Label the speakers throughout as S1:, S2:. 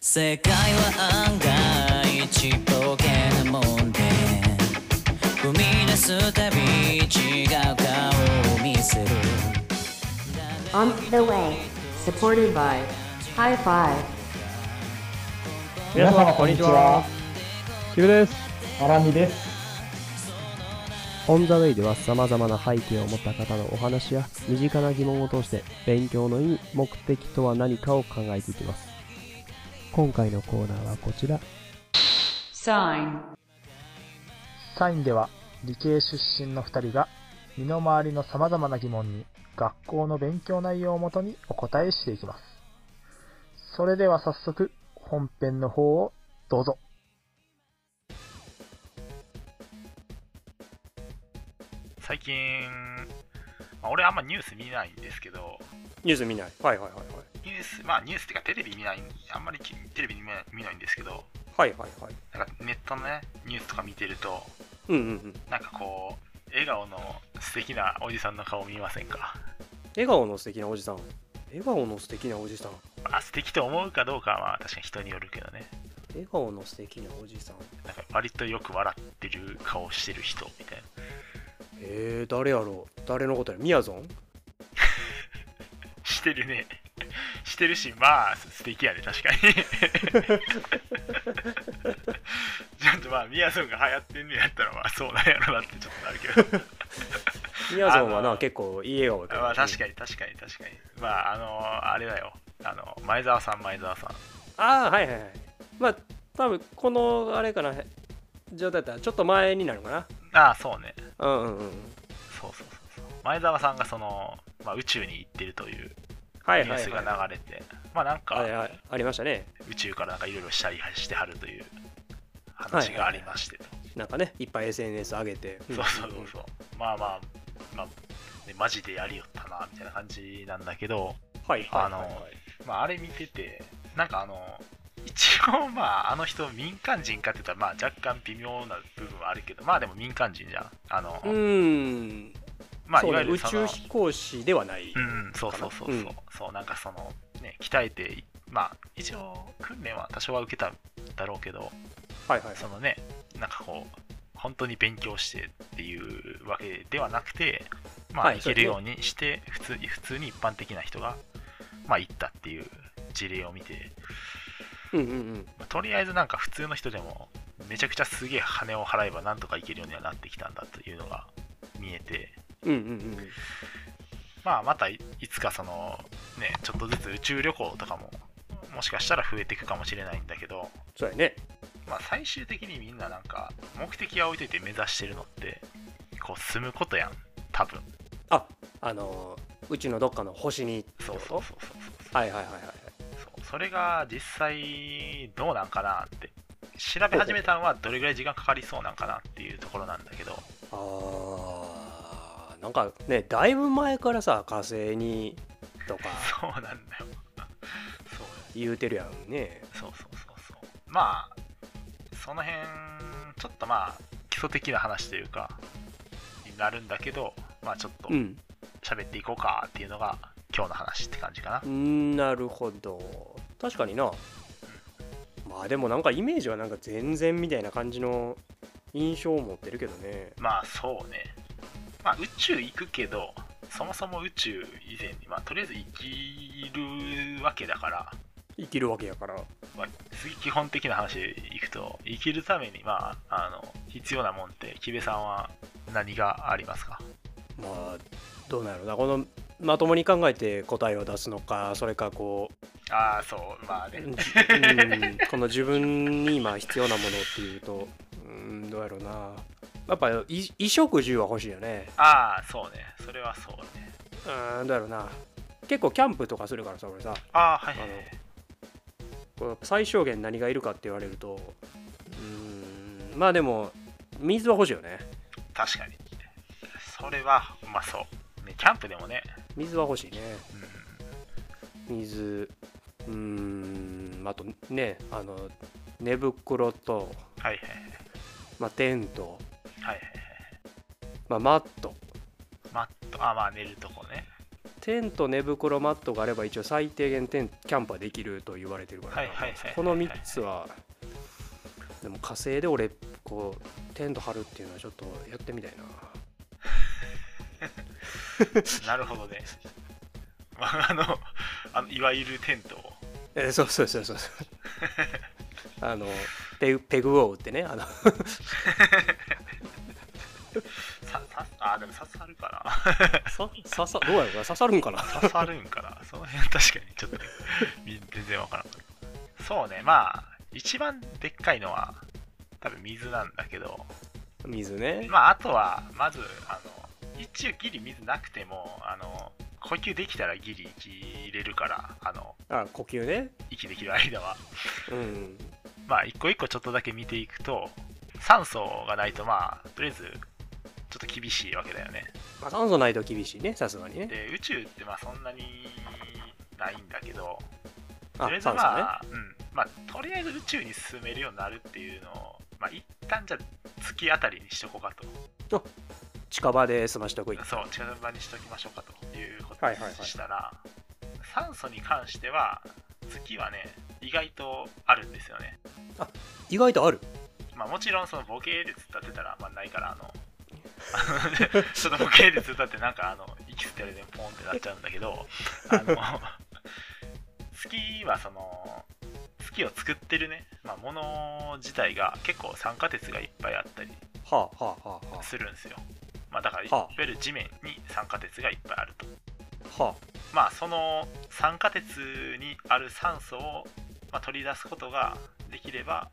S1: 世界は案外ちっぽけなもんで踏み出すたび違う顔を見せる
S2: On the way, supported by High Five.
S3: 皆様こんにちは。
S4: キムです。
S3: アラミです。
S5: オン・ザ・ウェイでは様々な背景を持った方のお話や身近な疑問を通して勉強の意味、目的とは何かを考えていきます。今回のコーナーはこちら。
S2: Sign.
S6: サインでは理系出身の2人が身の回りの様々な疑問に学校の勉強内容をもとにお答えしていきます。それでは早速本編の方をどうぞ。
S7: 最近、まあ、俺あんまニュース見ないんですけど、
S4: ニュース見ない。はいはいはいはい。
S7: ニュース、まあニュースっていうかテレビ見ない、あんまりきテレビ見ない見ないんですけど、
S4: はいはいはい。
S7: なんかネットのね、ニュースとか見てると、
S4: うんうんうん。
S7: なんかこう、笑顔の素敵なおじさんの顔見ませんか
S4: 笑顔の素敵なおじさん。笑顔の素敵なおじさん。
S7: まあ素敵と思うかどうかはまあ確かに人によるけどね、
S4: 笑顔の素敵なおじさん。
S7: なんか割とよく笑ってる顔してる人みたいな。
S4: えー、誰やろう誰のことやみやぞん
S7: してるね。 してるし、まあ素敵やね、確かに。ちょっとまあ、みやぞんが流行ってんねやったら、まあそうなんやろなってちょっとあるけど。
S4: みやぞんは
S7: あ
S4: な、
S7: の
S4: 結構いい笑顔だけど。
S7: まあ確
S4: に。
S7: かに確かに確かにまああのあれだよあの前澤さん前澤さん
S4: ああ、はいはいはい。まあ、多分この、あれかな、状態だったらちょっと前になるのか
S7: ああそうね
S4: な。うんうんうん。
S7: そうそうそうそう前澤さんがその、まあ、宇宙に行ってるという
S4: は
S7: ニ
S4: い
S7: ュ
S4: は
S7: ー
S4: い
S7: スが
S4: はい。
S7: 流れて、まあなんか、
S4: はいはい、ありましたね。
S7: 宇宙からなんかいろいろしたりしてはるという話がありましてと、
S4: なんかね、いっぱい SNS 上げて。
S7: そうそうそうそうまあまあまあ、ねマジでやりよったなみたいな感じなんだけど、
S4: はいはいはい、は
S7: あ
S4: い
S7: のまあ、あれ見ててなんかあの一応まああの人民間人かって言ったらまあ若干微妙な部分はあるけどまあでも民間人じゃんあの、
S4: うーん、
S7: まあ
S4: そ
S7: いうわ
S4: ね、
S7: ゆる
S4: 宇
S7: そ
S4: 宙
S7: の
S4: 飛行士ではない。
S7: うんそうそうそうそう、
S4: うん
S7: そうなんかそのね鍛えていまあ一応訓練は多少は受けたんだろうけど
S4: はいはい
S7: そのねなんかこう本当に勉強してっていうわけではなくてまあ
S4: はい
S7: 行けるようにして普通普通に一般的な人がまあ行ったっていう事例を見て
S4: うんうんうん。
S7: まあとりあえずなんか普通の人でもめちゃくちゃすげえ羽を払えばなんとかいけるようにはなってきたんだというのが見えて
S4: うんうんうん。
S7: まあまたいいつかそのねちょっとずつ宇宙旅行とかももしかしたら増えていくかもしれないんだけど
S4: そうやね。
S7: まあ最終的にみんななんか目的は置いといて目指してるのってこう住むことやん多分
S4: あ、あのー、宇宙のどっかの星に。
S7: そうそうそうそう
S4: はいはいはいはい。
S7: そうそれが実際どうなんかなって調べ始めたのはどれぐらい時間かかりそうなんかなっていうところなんだけど
S4: あー、なんかね、だいぶ前からさ、火星にとか
S7: そうなんだよ。そう
S4: 言うてるやんね。
S7: そうそうそうそう。まあ、その辺、ちょっとまあ、基礎的な話というか、になるんだけど、まあちょっと
S4: うん。
S7: 喋っていこうかっていうのが、今日の話って感じかな。
S4: なるほど確かになまあでもなんかイメージはなんか全然みたいな感じの印象を持ってるけどね
S7: まあそうね。まあ宇宙行くけど、そもそも宇宙以前に、まあとりあえず生きるわけだから、
S4: 生きるわけやから
S7: まあ、次基本的な話でいくと、生きるために、まあ、あの、必要なもんって、木部さんは何がありますか
S4: まあどうなるなこのまともに考えて答えを出すのかそれかこ
S7: ああ、そう、まあ
S4: う、
S7: ね
S4: う。ん、この自分に今必要なものっていうとうんどうやろうなやっぱ衣衣食住は欲しいよね
S7: ああ、そうね。それはそうね。
S4: うんどうやろうな結構キャンプとかするからさ俺さ
S7: ああ、はいは
S4: あ
S7: い
S4: のこう最小限何がいるかって言われるとうーんまあでも水は欲しいよね
S7: 確かに。それは、うまそう。ね、キャンプでもね。
S4: 水は欲しいね
S7: うん。
S4: 水うーんあとねあの寝袋と、
S7: はいはい
S4: まあ、テント、
S7: はい。はいはいはい。
S4: まあ、マット
S7: マット、あまあ寝るとこね。
S4: テテント寝袋マットがあれば一応最低限テンキャンパーできると言われてるからな、
S7: はいはいはいはいはい
S4: この3つはでも火星で俺こうテント張るっていうのはちょっとやってみたいな
S7: なるほどね。まああの、あのいわゆるテントを。
S4: えーそうそうそう そうあのペグペグを打ってねあの
S7: ささあでも刺さるかな
S4: さ刺さどうやろうな刺さるんかな
S7: 刺さるんかなその辺確かにちょっとねみ全然わからんかったそうねまあ一番でっかいのは多分水なんだけど
S4: 水ね
S7: まああとはまずあの一応ギリ水なくてもあの呼吸できたらギリ息入れるからあの
S4: あ呼吸ね
S7: 息できる間は
S4: うん
S7: まあ一個一個ちょっとだけ見ていくと酸素がないとまあとりあえずちょっと厳しいわけだよね
S4: まあ、酸素ないと厳しいねさすがにね
S7: で宇宙ってまあそんなにないんだけど
S4: あ
S7: とりあえず
S4: 酸素ね
S7: まあ、うんまあ、とりあえず宇宙に進めるようになるっていうのを、まあ、一旦じゃあ月あたりにしとこうかと、
S4: 近場で済ましとくい
S7: そう、近場にしときましょうかということ
S4: はいはいはい
S7: にしたら、酸素に関しては、月はね、意外とあるんですよね。
S4: 意外とある
S7: まあ、もちろん、そのボケ率立てたら、まあ、ないから、あの、 あのちょっとボケ率立って、なんか、あの、息吸ってるでポンってなっちゃうんだけど、あの、月はその、月を作ってるね、まあ、もの自体が結構酸化鉄がいっぱいあったり
S4: はあはあはあは
S7: するんですよ。まあ、だから、い
S4: は
S7: わ
S4: あ
S7: ゆる地面に酸化鉄がいっぱいあると。
S4: あは
S7: まあ、その酸化鉄にある酸素を、まあ、取り出すことができれば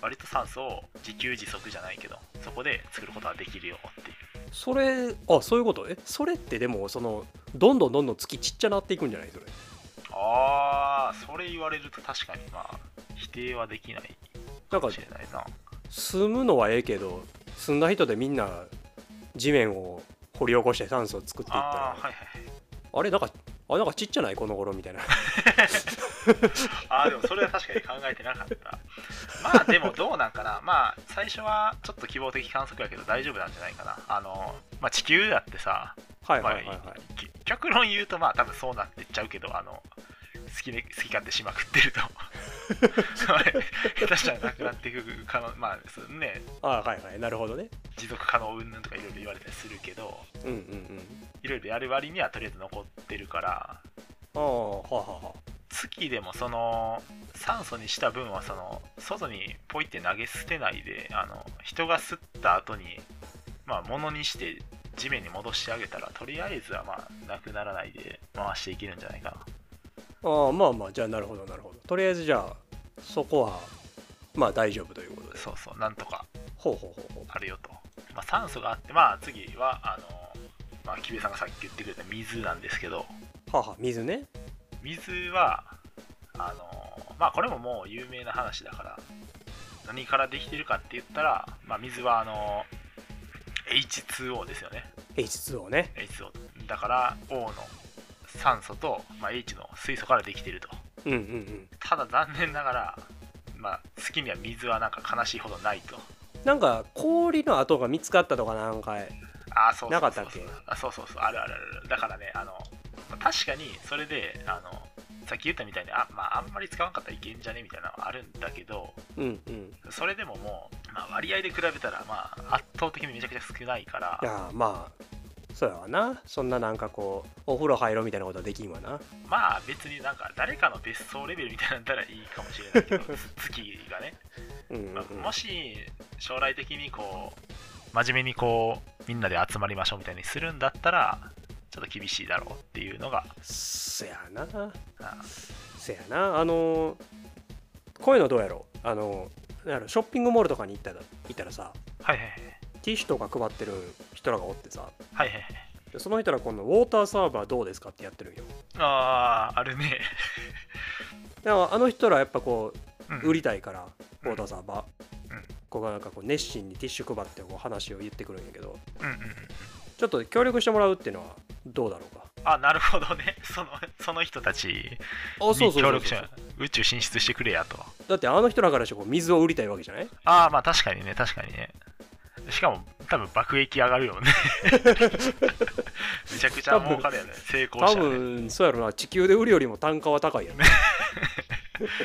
S7: 割と酸素を自給自足じゃないけどそこで作ることはできるよってい
S4: あ
S7: う
S4: それあそういうことえそれってでもそのどんどんどんどん月ちっちゃなっていくんじゃないそれ
S7: ああそれ言われると確かにまあ否定はできない
S4: なん
S7: か
S4: か
S7: もしれないな
S4: 住むのはええけど住んだ人でみんな地面を掘り起こして酸素を作っていったら
S7: あ
S4: あ,、
S7: ーはいはいはい
S4: れなんかあなんかちっちゃないこの頃みたい な
S7: あーでもそれは確かに考えてなかった まあでもどうなんかなまあ最初はちょっと希望的観測やけど大丈夫なんじゃないかなあのまあ地球だってさ
S4: はい
S7: ま
S4: は
S7: あ
S4: いはいはい、
S7: き極論言うとまあ多分そうなってっちゃうけどあの好き,、ね、好き勝手しまくっ てると下手したらなくなっていく可能まあそのね
S4: あはいはいなるほどね
S7: 持続可能云々とかいろいろ言われたりするけど
S4: うんうんうん
S7: いろいろやる割にはとりあえず残ってるから
S4: ああはあはあは
S7: 月でもその酸素にした分はその外にポイって投げ捨てないであの人が吸った後にまあ物にして地面に戻してあげたらとりあえずはまあなくならないで回していけるんじゃないかな
S4: あああまあまあじゃあなるほどなるほどとりあえずじゃあそこはまあ大丈夫ということです
S7: そうそう、なんとか
S4: ほうほうほうほう
S7: あるよと。まあ、酸素があって、まあ、次は、あの、まあ、木部さんがさっき言ってくれた水なんですけど、
S4: はあはあ水ね
S7: 水は、あの、まあ、これももう有名な話だから、何からできてるかって言ったら、まあ、水は、あの、H2O ですよね。
S4: H2O ね
S7: H2O。だから、O の酸素と、まあ、H の水素からできてると。
S4: うんうんうん
S7: ただ、残念ながら、まあ、月には水はなんか悲しいほどないと。
S4: なんか氷の跡が見つかったとかなんか
S7: あそうそうそうそう
S4: なかったっけ
S7: あそうそうそうあるあるあるだからねあのまあ確かにそれであのさっき言ったみたいにあ,、まあ、あんまり使わんかったらいけんじゃねみたいなのはあるんだけど
S4: うんうん
S7: それでももう、まあ、割合で比べたら、まあ、圧倒的にめちゃくちゃ少ないから
S4: いやーまあそうやわなそんななんかこうお風呂入ろうみたいなことはできんわな
S7: まあ別になんか誰かの別荘レベルみたいなのだったらいいかもしれないけど 月がね、
S4: うんうんうん、
S7: まあもし将来的にこう真面目にこうみんなで集まりましょうみたいにするんだったらちょっと厳しいだろうっていうのが
S4: せやな
S7: あ
S4: せやなあのーこういうのどうやろうあのーなんやろショッピングモールとかに行ったら行ったらさ
S7: はいはいはい
S4: ティッシュとか配ってる人らがおってさ
S7: はいはいはい
S4: でその人ら今度ウォーターサーバーどうですかってやってるんよ
S7: あああるね、
S4: だからあの人らやっぱこ
S7: うん
S4: う売りたいから、
S7: うん
S4: ウォーターサーバー、
S7: うん
S4: ここがなんかこう熱心にティッシュ配ってこう話を言ってくるんやけど
S7: うんうんうん
S4: ちょっと協力してもらうっていうのはどうだろうか
S7: あなるほどね そのその人たち
S4: あ
S7: に協力者宇宙進出してくれやと
S4: だってあの人らからしてこう水を売りたいわけじゃない
S7: ああまあ確かにね確かにねしかも多分爆撃上がる よねめちゃくちゃ儲かるよね成功
S4: 多
S7: 者ね
S4: 分そうやろな地球で売るよりも単価は高いよね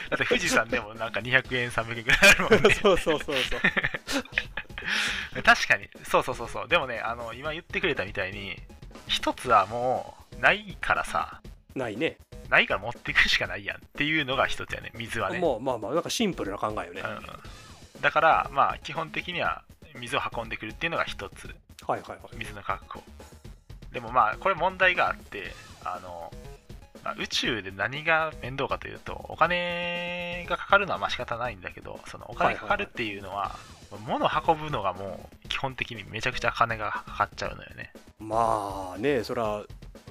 S7: だって富士山でもなんか200円300円ぐらいあるもん ね
S4: そうそうそうそう
S7: 確かにそうそうそうそうでもねあの今言ってくれたみたいに一つはもうないからさ
S4: ないね
S7: ないから持ってくしかないやんっていうのが一つやね水はね
S4: もうまあまあなんかシンプルな考えよね、はい
S7: うん、だからまあ基本的には水を運んでくるっていうのが一つ
S4: はいはい
S7: 水の確保でもまあこれ問題があってあの、まあ宇宙で何が面倒かというとお金がかかるのはまあ仕方ないんだけどそのお金かかるっていうのは,、物を運ぶのがもう基本的にめちゃくちゃ金がかかっちゃうのよね
S4: まあねそりゃ、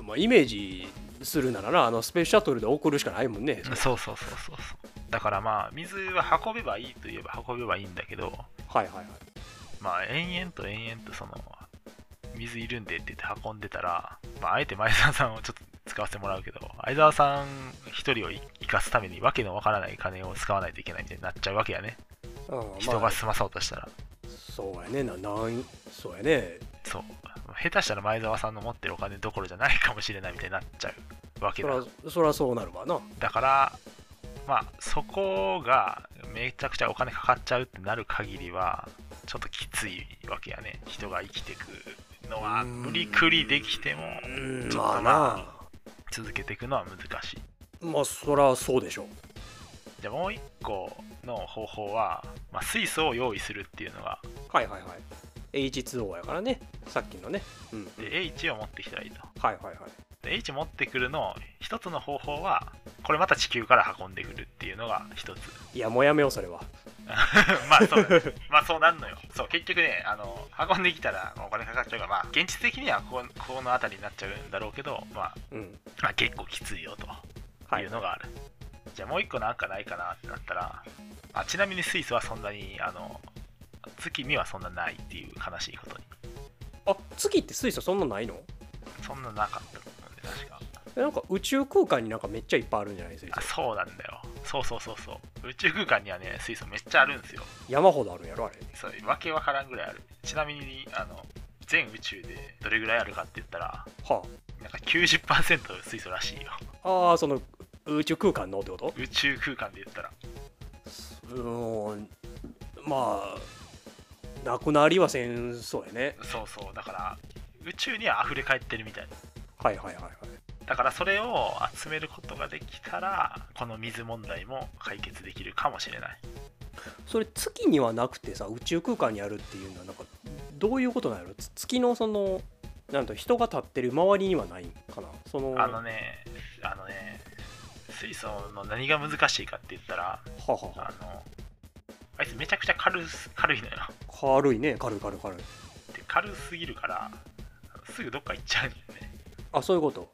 S4: まあ、イメージするならなあのスペースシャトルで送るしかないもんね、
S7: そうそうそうそうそうだからまあ水は運べばいいといえば運べばいいんだけど
S4: はいはいはい
S7: まあ延々と延々とその水いるんでって言って運んでたら、まあ、あえて前澤さんをちょっと使わせてもらうけど前澤さん一人をい生かすためにわけのわからない金を使わないといけないみたいになっちゃうわけやね
S4: うんまあ
S7: 人が済まそうとしたら、
S4: そうやねななんそうやね
S7: そう下手したら前澤さんの持ってるお金どころじゃないかもしれないみたいになっちゃうわけ
S4: そ
S7: だ
S4: らそらそうなるわな
S7: だからまあそこがめちゃくちゃお金かかっちゃうってなる限りはちょっときついわけやね人が生きていくのは無理くりできても
S4: うん
S7: ちょっと
S4: ま
S7: な
S4: あな
S7: 続けていくのは難しい
S4: まあそらそうでしょう
S7: じゃあもう一個の方法は、まあ、水素を用意するっていうのが
S4: はいはいはい H2O やからねさっきのねうん
S7: で H を持ってきたらいいと
S4: はいはいはい
S7: で H 持ってくるの一つの方法はこれまた地球から運んでくるっていうのが一つ
S4: いやもうやめようそれは
S7: まあそうだねまあそうなんのよそう結局ねあの運んできたらお金かかっちゃうからまあ現実的にはこここの辺りになっちゃうんだろうけど、まあ、
S4: うん
S7: まあ結構きついよと
S4: は
S7: いう
S4: い
S7: のがある、じゃあもう一個なんかないかなってなったらあちなみに水素はそんなにあの月にはそんなないっていう悲しいことに
S4: あ月って水素そんなないの
S7: そんななかったと思うんで確か
S4: えなんか宇宙空間になんかめっちゃいっぱいあるんじゃない水素
S7: あそうなんだよそうそうそうそう宇宙空間にはね水素めっちゃあるんですよ
S4: 山ほどあるんやろあれ
S7: そうわけわからんぐらいあるちなみにあの全宇宙でどれぐらいあるかって言ったら
S4: は
S7: なんか90%水素らしいよ
S4: ああーその宇宙空間のってこと
S7: 宇宙空間で言ったら
S4: うーんまあなくなりはせんそうやね
S7: そうそうだから宇宙には溢れ返ってるみたい
S4: はいはいはいはい
S7: だからそれを集めることができたらこの水問題も解決できるかもしれない
S4: それ月にはなくてさ宇宙空間にあるっていうのはなんかどういうことなんやろつ月のそのなんと人が立ってる周りにはないんかなその
S7: あのねあのね水素の何が難しいかって言ったら
S4: ははは
S7: あのあいつめちゃくちゃ軽す軽いのよ
S4: 軽いね軽い軽い軽い
S7: で軽すぎるからあのすぐどっか行っちゃうんだよね
S4: あそういうこと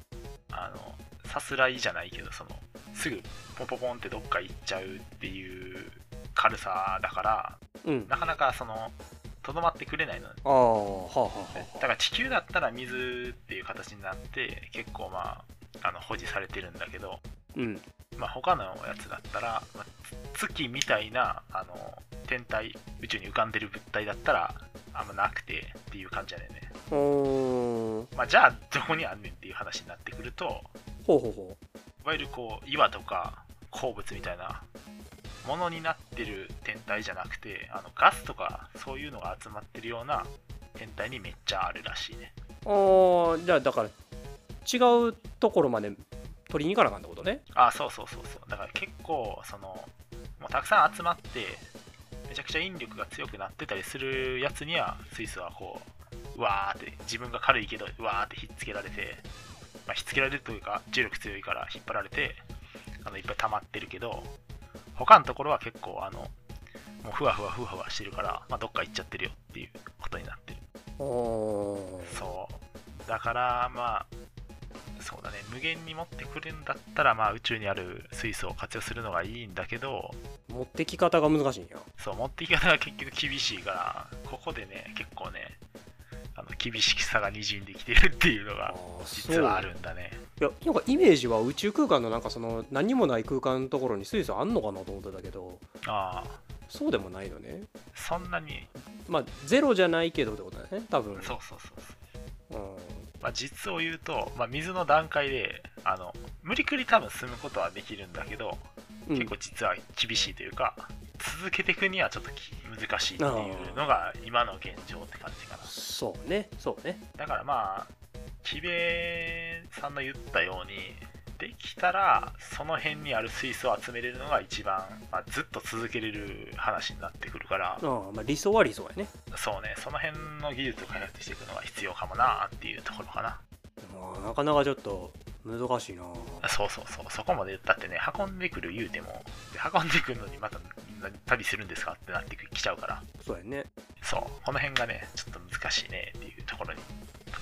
S7: あのさすらいじゃないけどそのすぐポンポポンってどっか行っちゃうっていう軽さだから
S4: うん
S7: なかなかそのとどまってくれないの
S4: ああはあは
S7: だ
S4: あは
S7: から地球だったら水っていう形になって結構まああの保持されてるんだけど、
S4: あうん
S7: まあ、他のやつだったら、まあつ月みたいなあの天体宇宙に浮かんでる物体だったらあんまなくてっていう感じだよね、
S4: うーん
S7: まあ、じゃあどこにあんねんっていう話になってくると
S4: ほうほうほ
S7: いわゆるこう岩とか鉱物みたいなものになってる天体じゃなくてあのガスとかそういうのが集まってるような天体にめっちゃあるらしいね
S4: うああじゃあだから違うところまで取りに行かなあかんってことね
S7: あそうそうそうそうだから結構そのもうたくさん集まってめちゃくちゃ引力が強くなってたりするやつにはスイスはこううわーって自分が軽いけどうわーってひっつけられて、まあ、ひっつけられるというか重力強いから引っ張られてあのいっぱい溜まってるけど他のところは結構あのもうふわふわふわふわしてるから、まあ、どっか行っちゃってるよっていうことになってる
S4: あー
S7: そうだからまあそうだね無限に持ってくるんだったらまあ宇宙にある水素を活用するのがいいんだけど
S4: 持ってき方が難しいんや
S7: そう持っていき方が結局厳しいからここでね結構ねあの厳しさがにじんできてるっていうのが
S4: ー
S7: 実はあるんだね
S4: いやなんかイメージは宇宙空間のなんかその何もない空間のところに水素あんのかなと思ってたけど
S7: ああ
S4: そうでもないよね
S7: そんなに
S4: まあゼロじゃないけどってことだね多分
S7: そうそうそうそう
S4: うん
S7: まあ、実を言うと、まあ、水の段階であの無理くり多分進むことはできるんだけど、
S4: うん
S7: 結構実は厳しいというか続けていくにはちょっとき難しいっていうのが今の現状って感じかな
S4: そうねそうね
S7: だからまあ木部さんの言ったようにできたらその辺にある水素を集めれるのが一番、まあ、ずっと続けれる話になってくるから
S4: ああまあ理想は理想やね
S7: そうねその辺の技術を開発していくのが必要かもなっていうところかな
S4: まあなかなかちょっと難しいな
S7: そうそうそう、そこまでだってね、運んでくる言うても、で運んでくるのにまた何旅するんですかってなってきちゃうから、
S4: そうやね
S7: そう、この辺がね、ちょっと難しいねっていうところに。と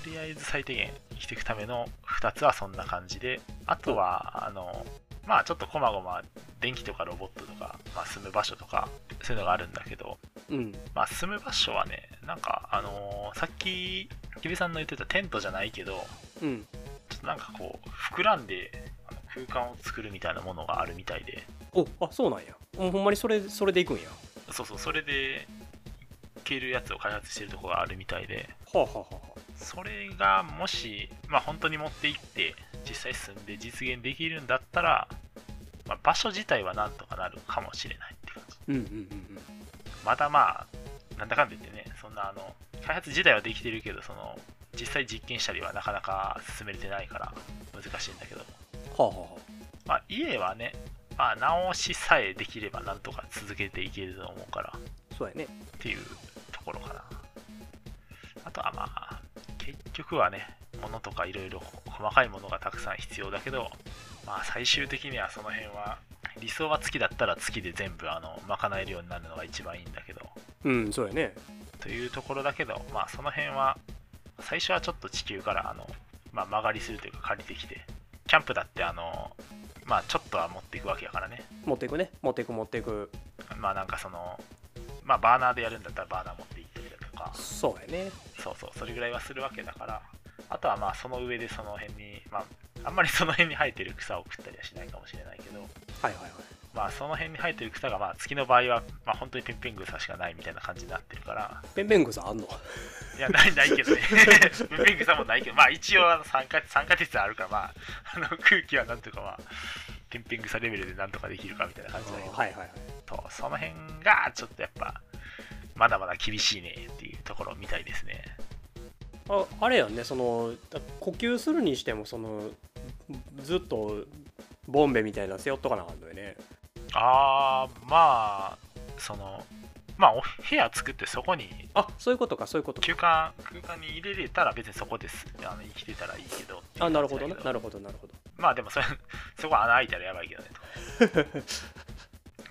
S7: りあえず最低限生きていくための2つはそんな感じで、あとは、あの、まあちょっとこまごま電気とかロボットとか、まあ、住む場所とか、そういうのがあるんだけど、
S4: うん
S7: まあ、住む場所はね、なんか、あのーさっき、キビさんの言ってたテントじゃないけど、
S4: うん
S7: ちょっとなんかこう膨らんであの空間を作るみたいなものがあるみたいで
S4: おあそうなんやうんほんまにそれそれでいくんや
S7: そうそうそれでいけるやつを開発してるとこがあるみたいで
S4: はあ、はあはあはあ、
S7: それがもしまあ本当に持って行って実際住んで実現できるんだったら、まあ、場所自体はなんとかなるかもしれないって感じ
S4: うんうんうん
S7: まだまあなんだかんだ言ってねそんなあの開発自体はできてるけどその実際実験したりはなかなか進めれてないから難しいんだけど
S4: うんはあ、はあは
S7: まあ、家はね、まあ、直しさえできればなんとか続けていけると思うからっ
S4: あ、そうやね
S7: ていうところかなあとはまあ結局はね物とかいろいろ細かいものがたくさん必要だけどまあ最終的にはその辺は理想は月だったら月で全部あの賄えるようになるのが一番いいんだけど
S4: うんそうやね
S7: というところだけどまあその辺は最初はちょっと地球からあの、まあ、曲がりするというか借りてきてキャンプだってあのまあちょっとは持っていくわけやからね
S4: 持っていくね持っていく持っていく
S7: まあなんかその、まあバーナーでやるんだったらバーナー持って行ったりだとか、
S4: そうやね
S7: そうそう、それぐらいはするわけだから、あとはまあその上でその辺に、まああんまりその辺に生えてる草を食ったりはしないかもしれないけど、
S4: はいはいはい
S7: まあその辺に生えてる草がまあ月の場合は、まあ本当にペンペン草しかないみたいな感じになってるから、
S4: ペンペングさんあんの
S7: いや、ないないけどね、ペンペン草もないけど、まあ一応あの酸化酸化鉄はあるから、まあ、あの空気はなんとかまあ、ペンペン草レベルでなんとかできるかみたいな感じだけど、
S4: はいはいはい
S7: とその辺がちょっとやっぱまだまだ厳しいねっていうところみたいですね
S4: ああれやんねそのだ呼吸するにしてもそのずっとボンベみたいなの背負っとかなあかんのよね
S7: ああまあそのまあお部屋作ってそこに
S4: あそういうことかそういうことか
S7: 空間空間に入れれたら別にそこですあの生きてたらいいけど
S4: あなるほどねな
S7: る
S4: るほどなるほど
S7: まあでもそれそこ穴開いたらやばいけどねと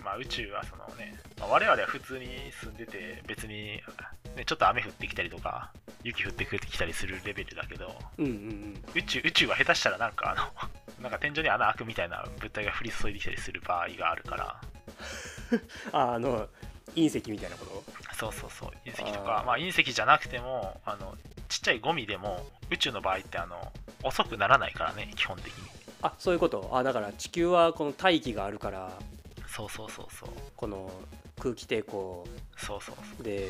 S7: まあ宇宙はそのね、まあ我々は普通に住んでて別に、ね、ちょっと雨降ってきたりとか雪降ってきたりするレベルだけど
S4: うんうんうん
S7: 宇宙宇宙は下手したらなんかあの なんか天井に穴開くみたいな物体が降り注いできたりする場合があるから
S4: ああの隕石みたいなこと
S7: そうそうそう隕石とか
S4: あー
S7: まあ隕石じゃなくてもあのちっちゃいゴミでも宇宙の場合ってあの遅くならないからね基本的に
S4: あそういうことあだから地球はこの大気があるから
S7: そうそうそうそう
S4: この空気抵抗
S7: そうそうそう
S4: で、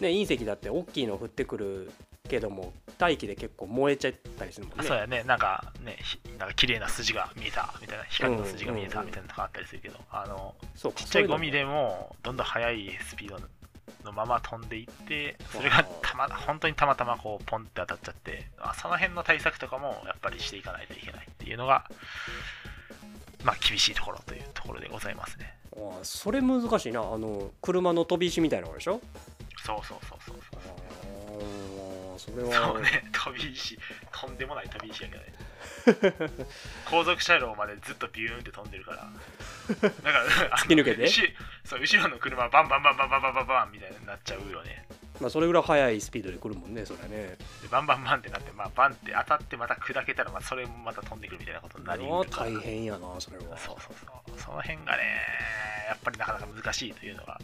S4: ね、隕石だって大きいの降ってくるけども大気で結構燃えちゃったりするもん
S7: あ
S4: ね
S7: そうやねなんかねひなんか綺麗な筋が見えたみたいな光の筋が見え
S4: うん
S7: た
S4: うんうん
S7: みたいなのがあったりするけどあの
S4: そうか
S7: ちっちゃいゴミ
S4: そう
S7: でもどんどん速いスピードのまま飛んでいってそれがたま本当にたまたまこうポンって当たっちゃってあその辺の対策とかもやっぱりしていかないといけないっていうのがまあ厳しいところというところでございますね
S4: いうのあそれ難しいなあの車の飛び石みたいなのでしょ
S7: そうそうそうそう
S4: あ
S7: そ
S4: ーそれ
S7: うそう
S4: は
S7: ね飛び石とんでもない飛び石やけどね後続車両までずっとビューンって飛んでるからだから突
S4: き抜けて
S7: そう 後ろの車バンバンバンバンバンバンバンバンみたいになっちゃうよね
S4: まあ、それぐらい速いスピードで来るもんねそれはね
S7: でバンバンバンってなって、まあ、バンって当たってまた砕けたら、まあ、それもまた飛んでくるみたいなことになり
S4: もう
S7: るから
S4: 大変やなそれは
S7: そうそうそうその辺がねやっぱりなかなか難しいというのが、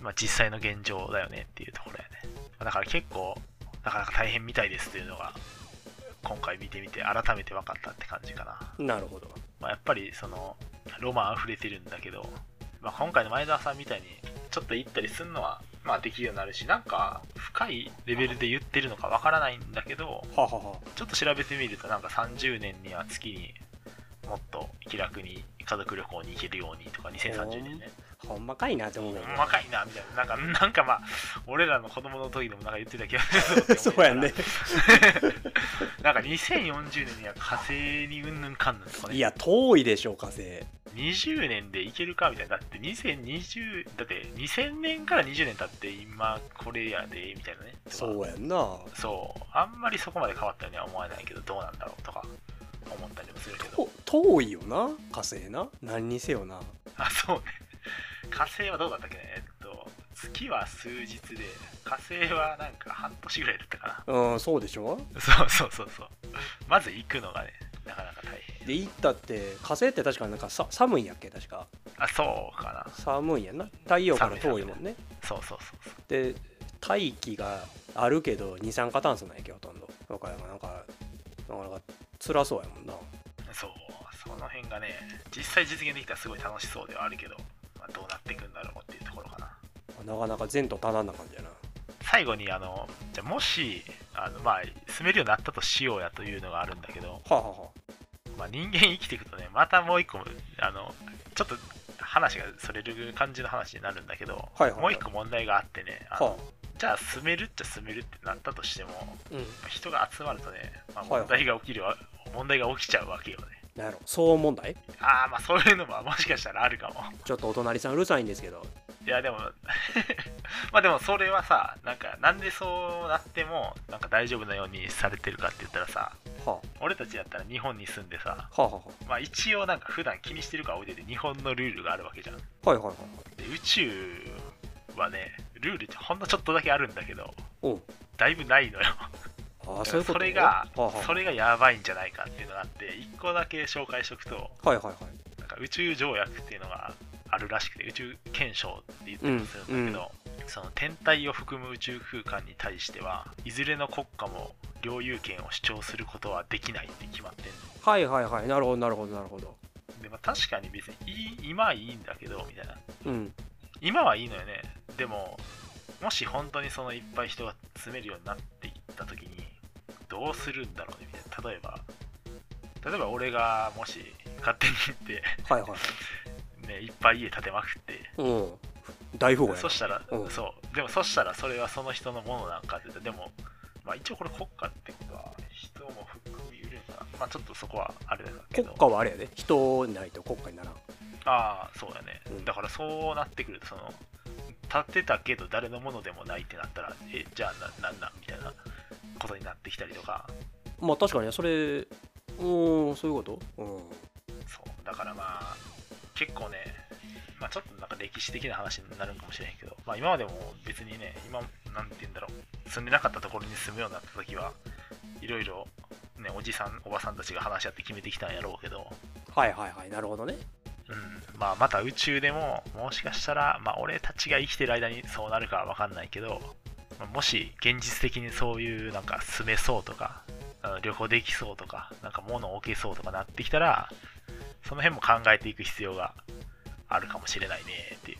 S7: まあ、実際の現状だよねっていうところやねまあだから結構なかなか大変みたいですというのが今回見てみて改めて分かったって感じかな、
S4: なるほど
S7: まあ、やっぱりそのロマン溢れてるんだけど、まあ、今回の前澤さんみたいにちょっと行ったりするのはまあ、できるようになるしなんか深いレベルで言ってるのかわからないんだけど
S4: はあはあはあ
S7: ちょっと調べてみるとなんか30年には月にもっと気楽に家族旅行に行けるようにとか2030年ね
S4: ほんまかいなって思うよね
S7: 若いなみたいななんかなんかまあ俺らの子供の時でもなんか言ってた気がする
S4: そうや ね
S7: なんか2040年には火星にうんぬんかんぬんとかね
S4: いや遠いでしょ火星
S7: 20年でいけるかみたいなだって2020だって2000年から20年経って今これやでみたいなね
S4: そうやんな
S7: そうあんまりそこまで変わったようには思わないけどどうなんだろうとか思ったりもするけど
S4: と遠いよな火星な何にせよな
S7: あそうね火星はどうだったっけねえっと月は数日で火星はなんか半年ぐらいだったか
S4: うんそうでしょ
S7: なそうそうそうそうまず行くのがねなかなか大変
S4: で行ったって火星って確かなんかさ寒いんやっけ確か
S7: あそうかな
S4: 寒いんやんな太陽から遠いもんね
S7: そうそうそうそう
S4: で大気があるけど二酸化炭素なんやっけほとんどだからなんかなかなか辛そうやもんな
S7: そうその辺がね実際実現できたらすごい楽しそうではあるけど、まあ、どうなっていくんだろうっていうところかな
S4: なかなか前途多難な感じやな
S7: 最後にあのじゃあもしあのまあ住めるようになったとしようやというのがあるんだけど
S4: はあ、は
S7: まあ、人間生きていくとねまたもう一個あのちょっと話がそれる感じの話になるんだけど、
S4: はいはいはい
S7: もう一個問題があってねあ
S4: あ、
S7: の
S4: はあ、
S7: じゃあ住めるっちゃ住めるってなったとしても
S4: うん
S7: 人が集まるとね、まあ、
S4: はいはい
S7: 問題が起きるわ、問題が起きちゃうわけよね
S4: なんやろ騒音問題
S7: ああまあそういうのももしかしたらあるかも
S4: ちょっとお隣さんうるさいんですけど
S7: いやでも まあでもそれはさなんかなんでそうなってもなんか大丈夫なようにされてるかって言ったらさ
S4: は
S7: 俺たちだったら日本に住んでさ
S4: あ、はあ、は
S7: まあ一応なんか普段気にしてるか置いてて日本のルールがあるわけじゃん
S4: あ、はいはいはいはい
S7: で宇宙はねルールってほんのちょっとだけあるんだけど
S4: うん
S7: だいぶないのよ
S4: ああそういうこと
S7: れが、
S4: はあはあ、
S7: それがやばいんじゃないかっていうのがあって1個だけ紹介しとくと
S4: はいはいはい
S7: なんか宇宙条約っていうのがあるらしくて宇宙憲章って言ったりするんだけど、その天体を含む宇宙空間に対してはいずれの国家も領有権を主張することはできないって決まってんの
S4: はいはいはいなるほどなるほどなるほど
S7: で、まあ、確かに別にいい今はいいんだけどみたいな
S4: うん
S7: 今はいいのよねでももし本当にそのいっぱい人が住めるようになっていった時にどうするんだろうねみたいな例えば例えば俺がもし勝手に行っ
S4: はいはいはい
S7: て、 ね、いっぱい家建てまくって
S4: うん大富豪や
S7: そしたら、
S4: うん
S7: そうでもそしたらそれはその人のものなんかって言ったらでも、まあ、一応これ国家ってことは人も含みうるのかなまあちょっとそこはあれだけ
S4: 国
S7: ど
S4: 家はあれやで人ないと国家にならん
S7: ああそうだね、
S4: うん
S7: だからそうなってくるとその立てたけど誰のものでもないってなったらえじゃあななんなんみたいなことになってきたりとか
S4: まあ確かにねそれうーんそういうことうん
S7: そうだからまあ結構ねまあちょっとなんか歴史的な話になるんかもしれへんけど、まあ、今までも別にね今なんて言うんだろう住んでなかったところに住むようになった時はいろいろねおじさんおばさんたちが話し合って決めてきたんやろうけど
S4: はいはいはいなるほどね
S7: うんまあ、また宇宙でももしかしたら、まあ、俺たちが生きてる間にそうなるかは分かんないけど、まあもし現実的にそういうなんか住めそうとかあの旅行できそうとかなんか物を置けそうとかなってきたらその辺も考えていく必要があるかもしれないねっていう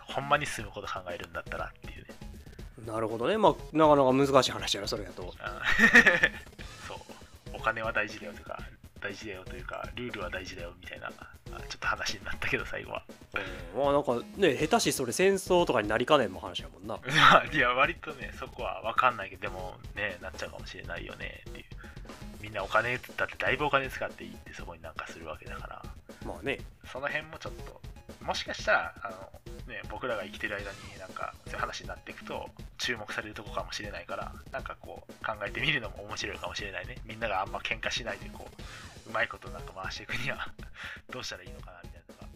S7: ほんまに住むこと考えるんだったらっていうね
S4: なるほどねまあなかなか難しい話やなそれやと
S7: あ そうお金は大事だよとか大事だよというかルールは大事だよみたいなあちょっと話になったけど最後は。
S4: まあなんかね下手しそれ戦争とかになりかねんも話やもん な
S7: ま あいや割とねそこは分かんないけどでもねなっちゃうかもしれないよねっていうみんなお金だってだいぶお金使って行ってそこになんかするわけだから
S4: まあね
S7: その辺もちょっともしかしたらあの、ね、僕らが生きてる間になんかそういう話になっていくと注目されるとこかもしれないからなんかこう考えてみるのも面白いかもしれないねみんながあんま喧嘩しないでこううまいことなんか回していくには どうしたらいいのかなみたいなのが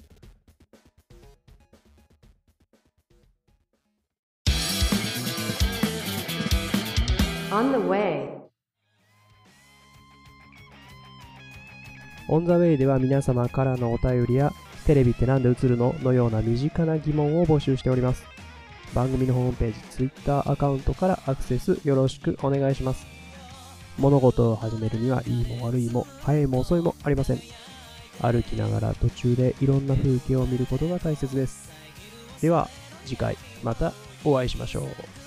S2: On the way.
S5: オン・ザ・ウェイでは皆様からのお便りやテレビってなんで映るののような身近な疑問を募集しております番組のホームページ Twitter アカウントからアクセスよろしくお願いします物事を始めるにはいいも悪いも早いも遅いもありません歩きながら途中でいろんな風景を見ることが大切ですでは次回またお会いしましょう。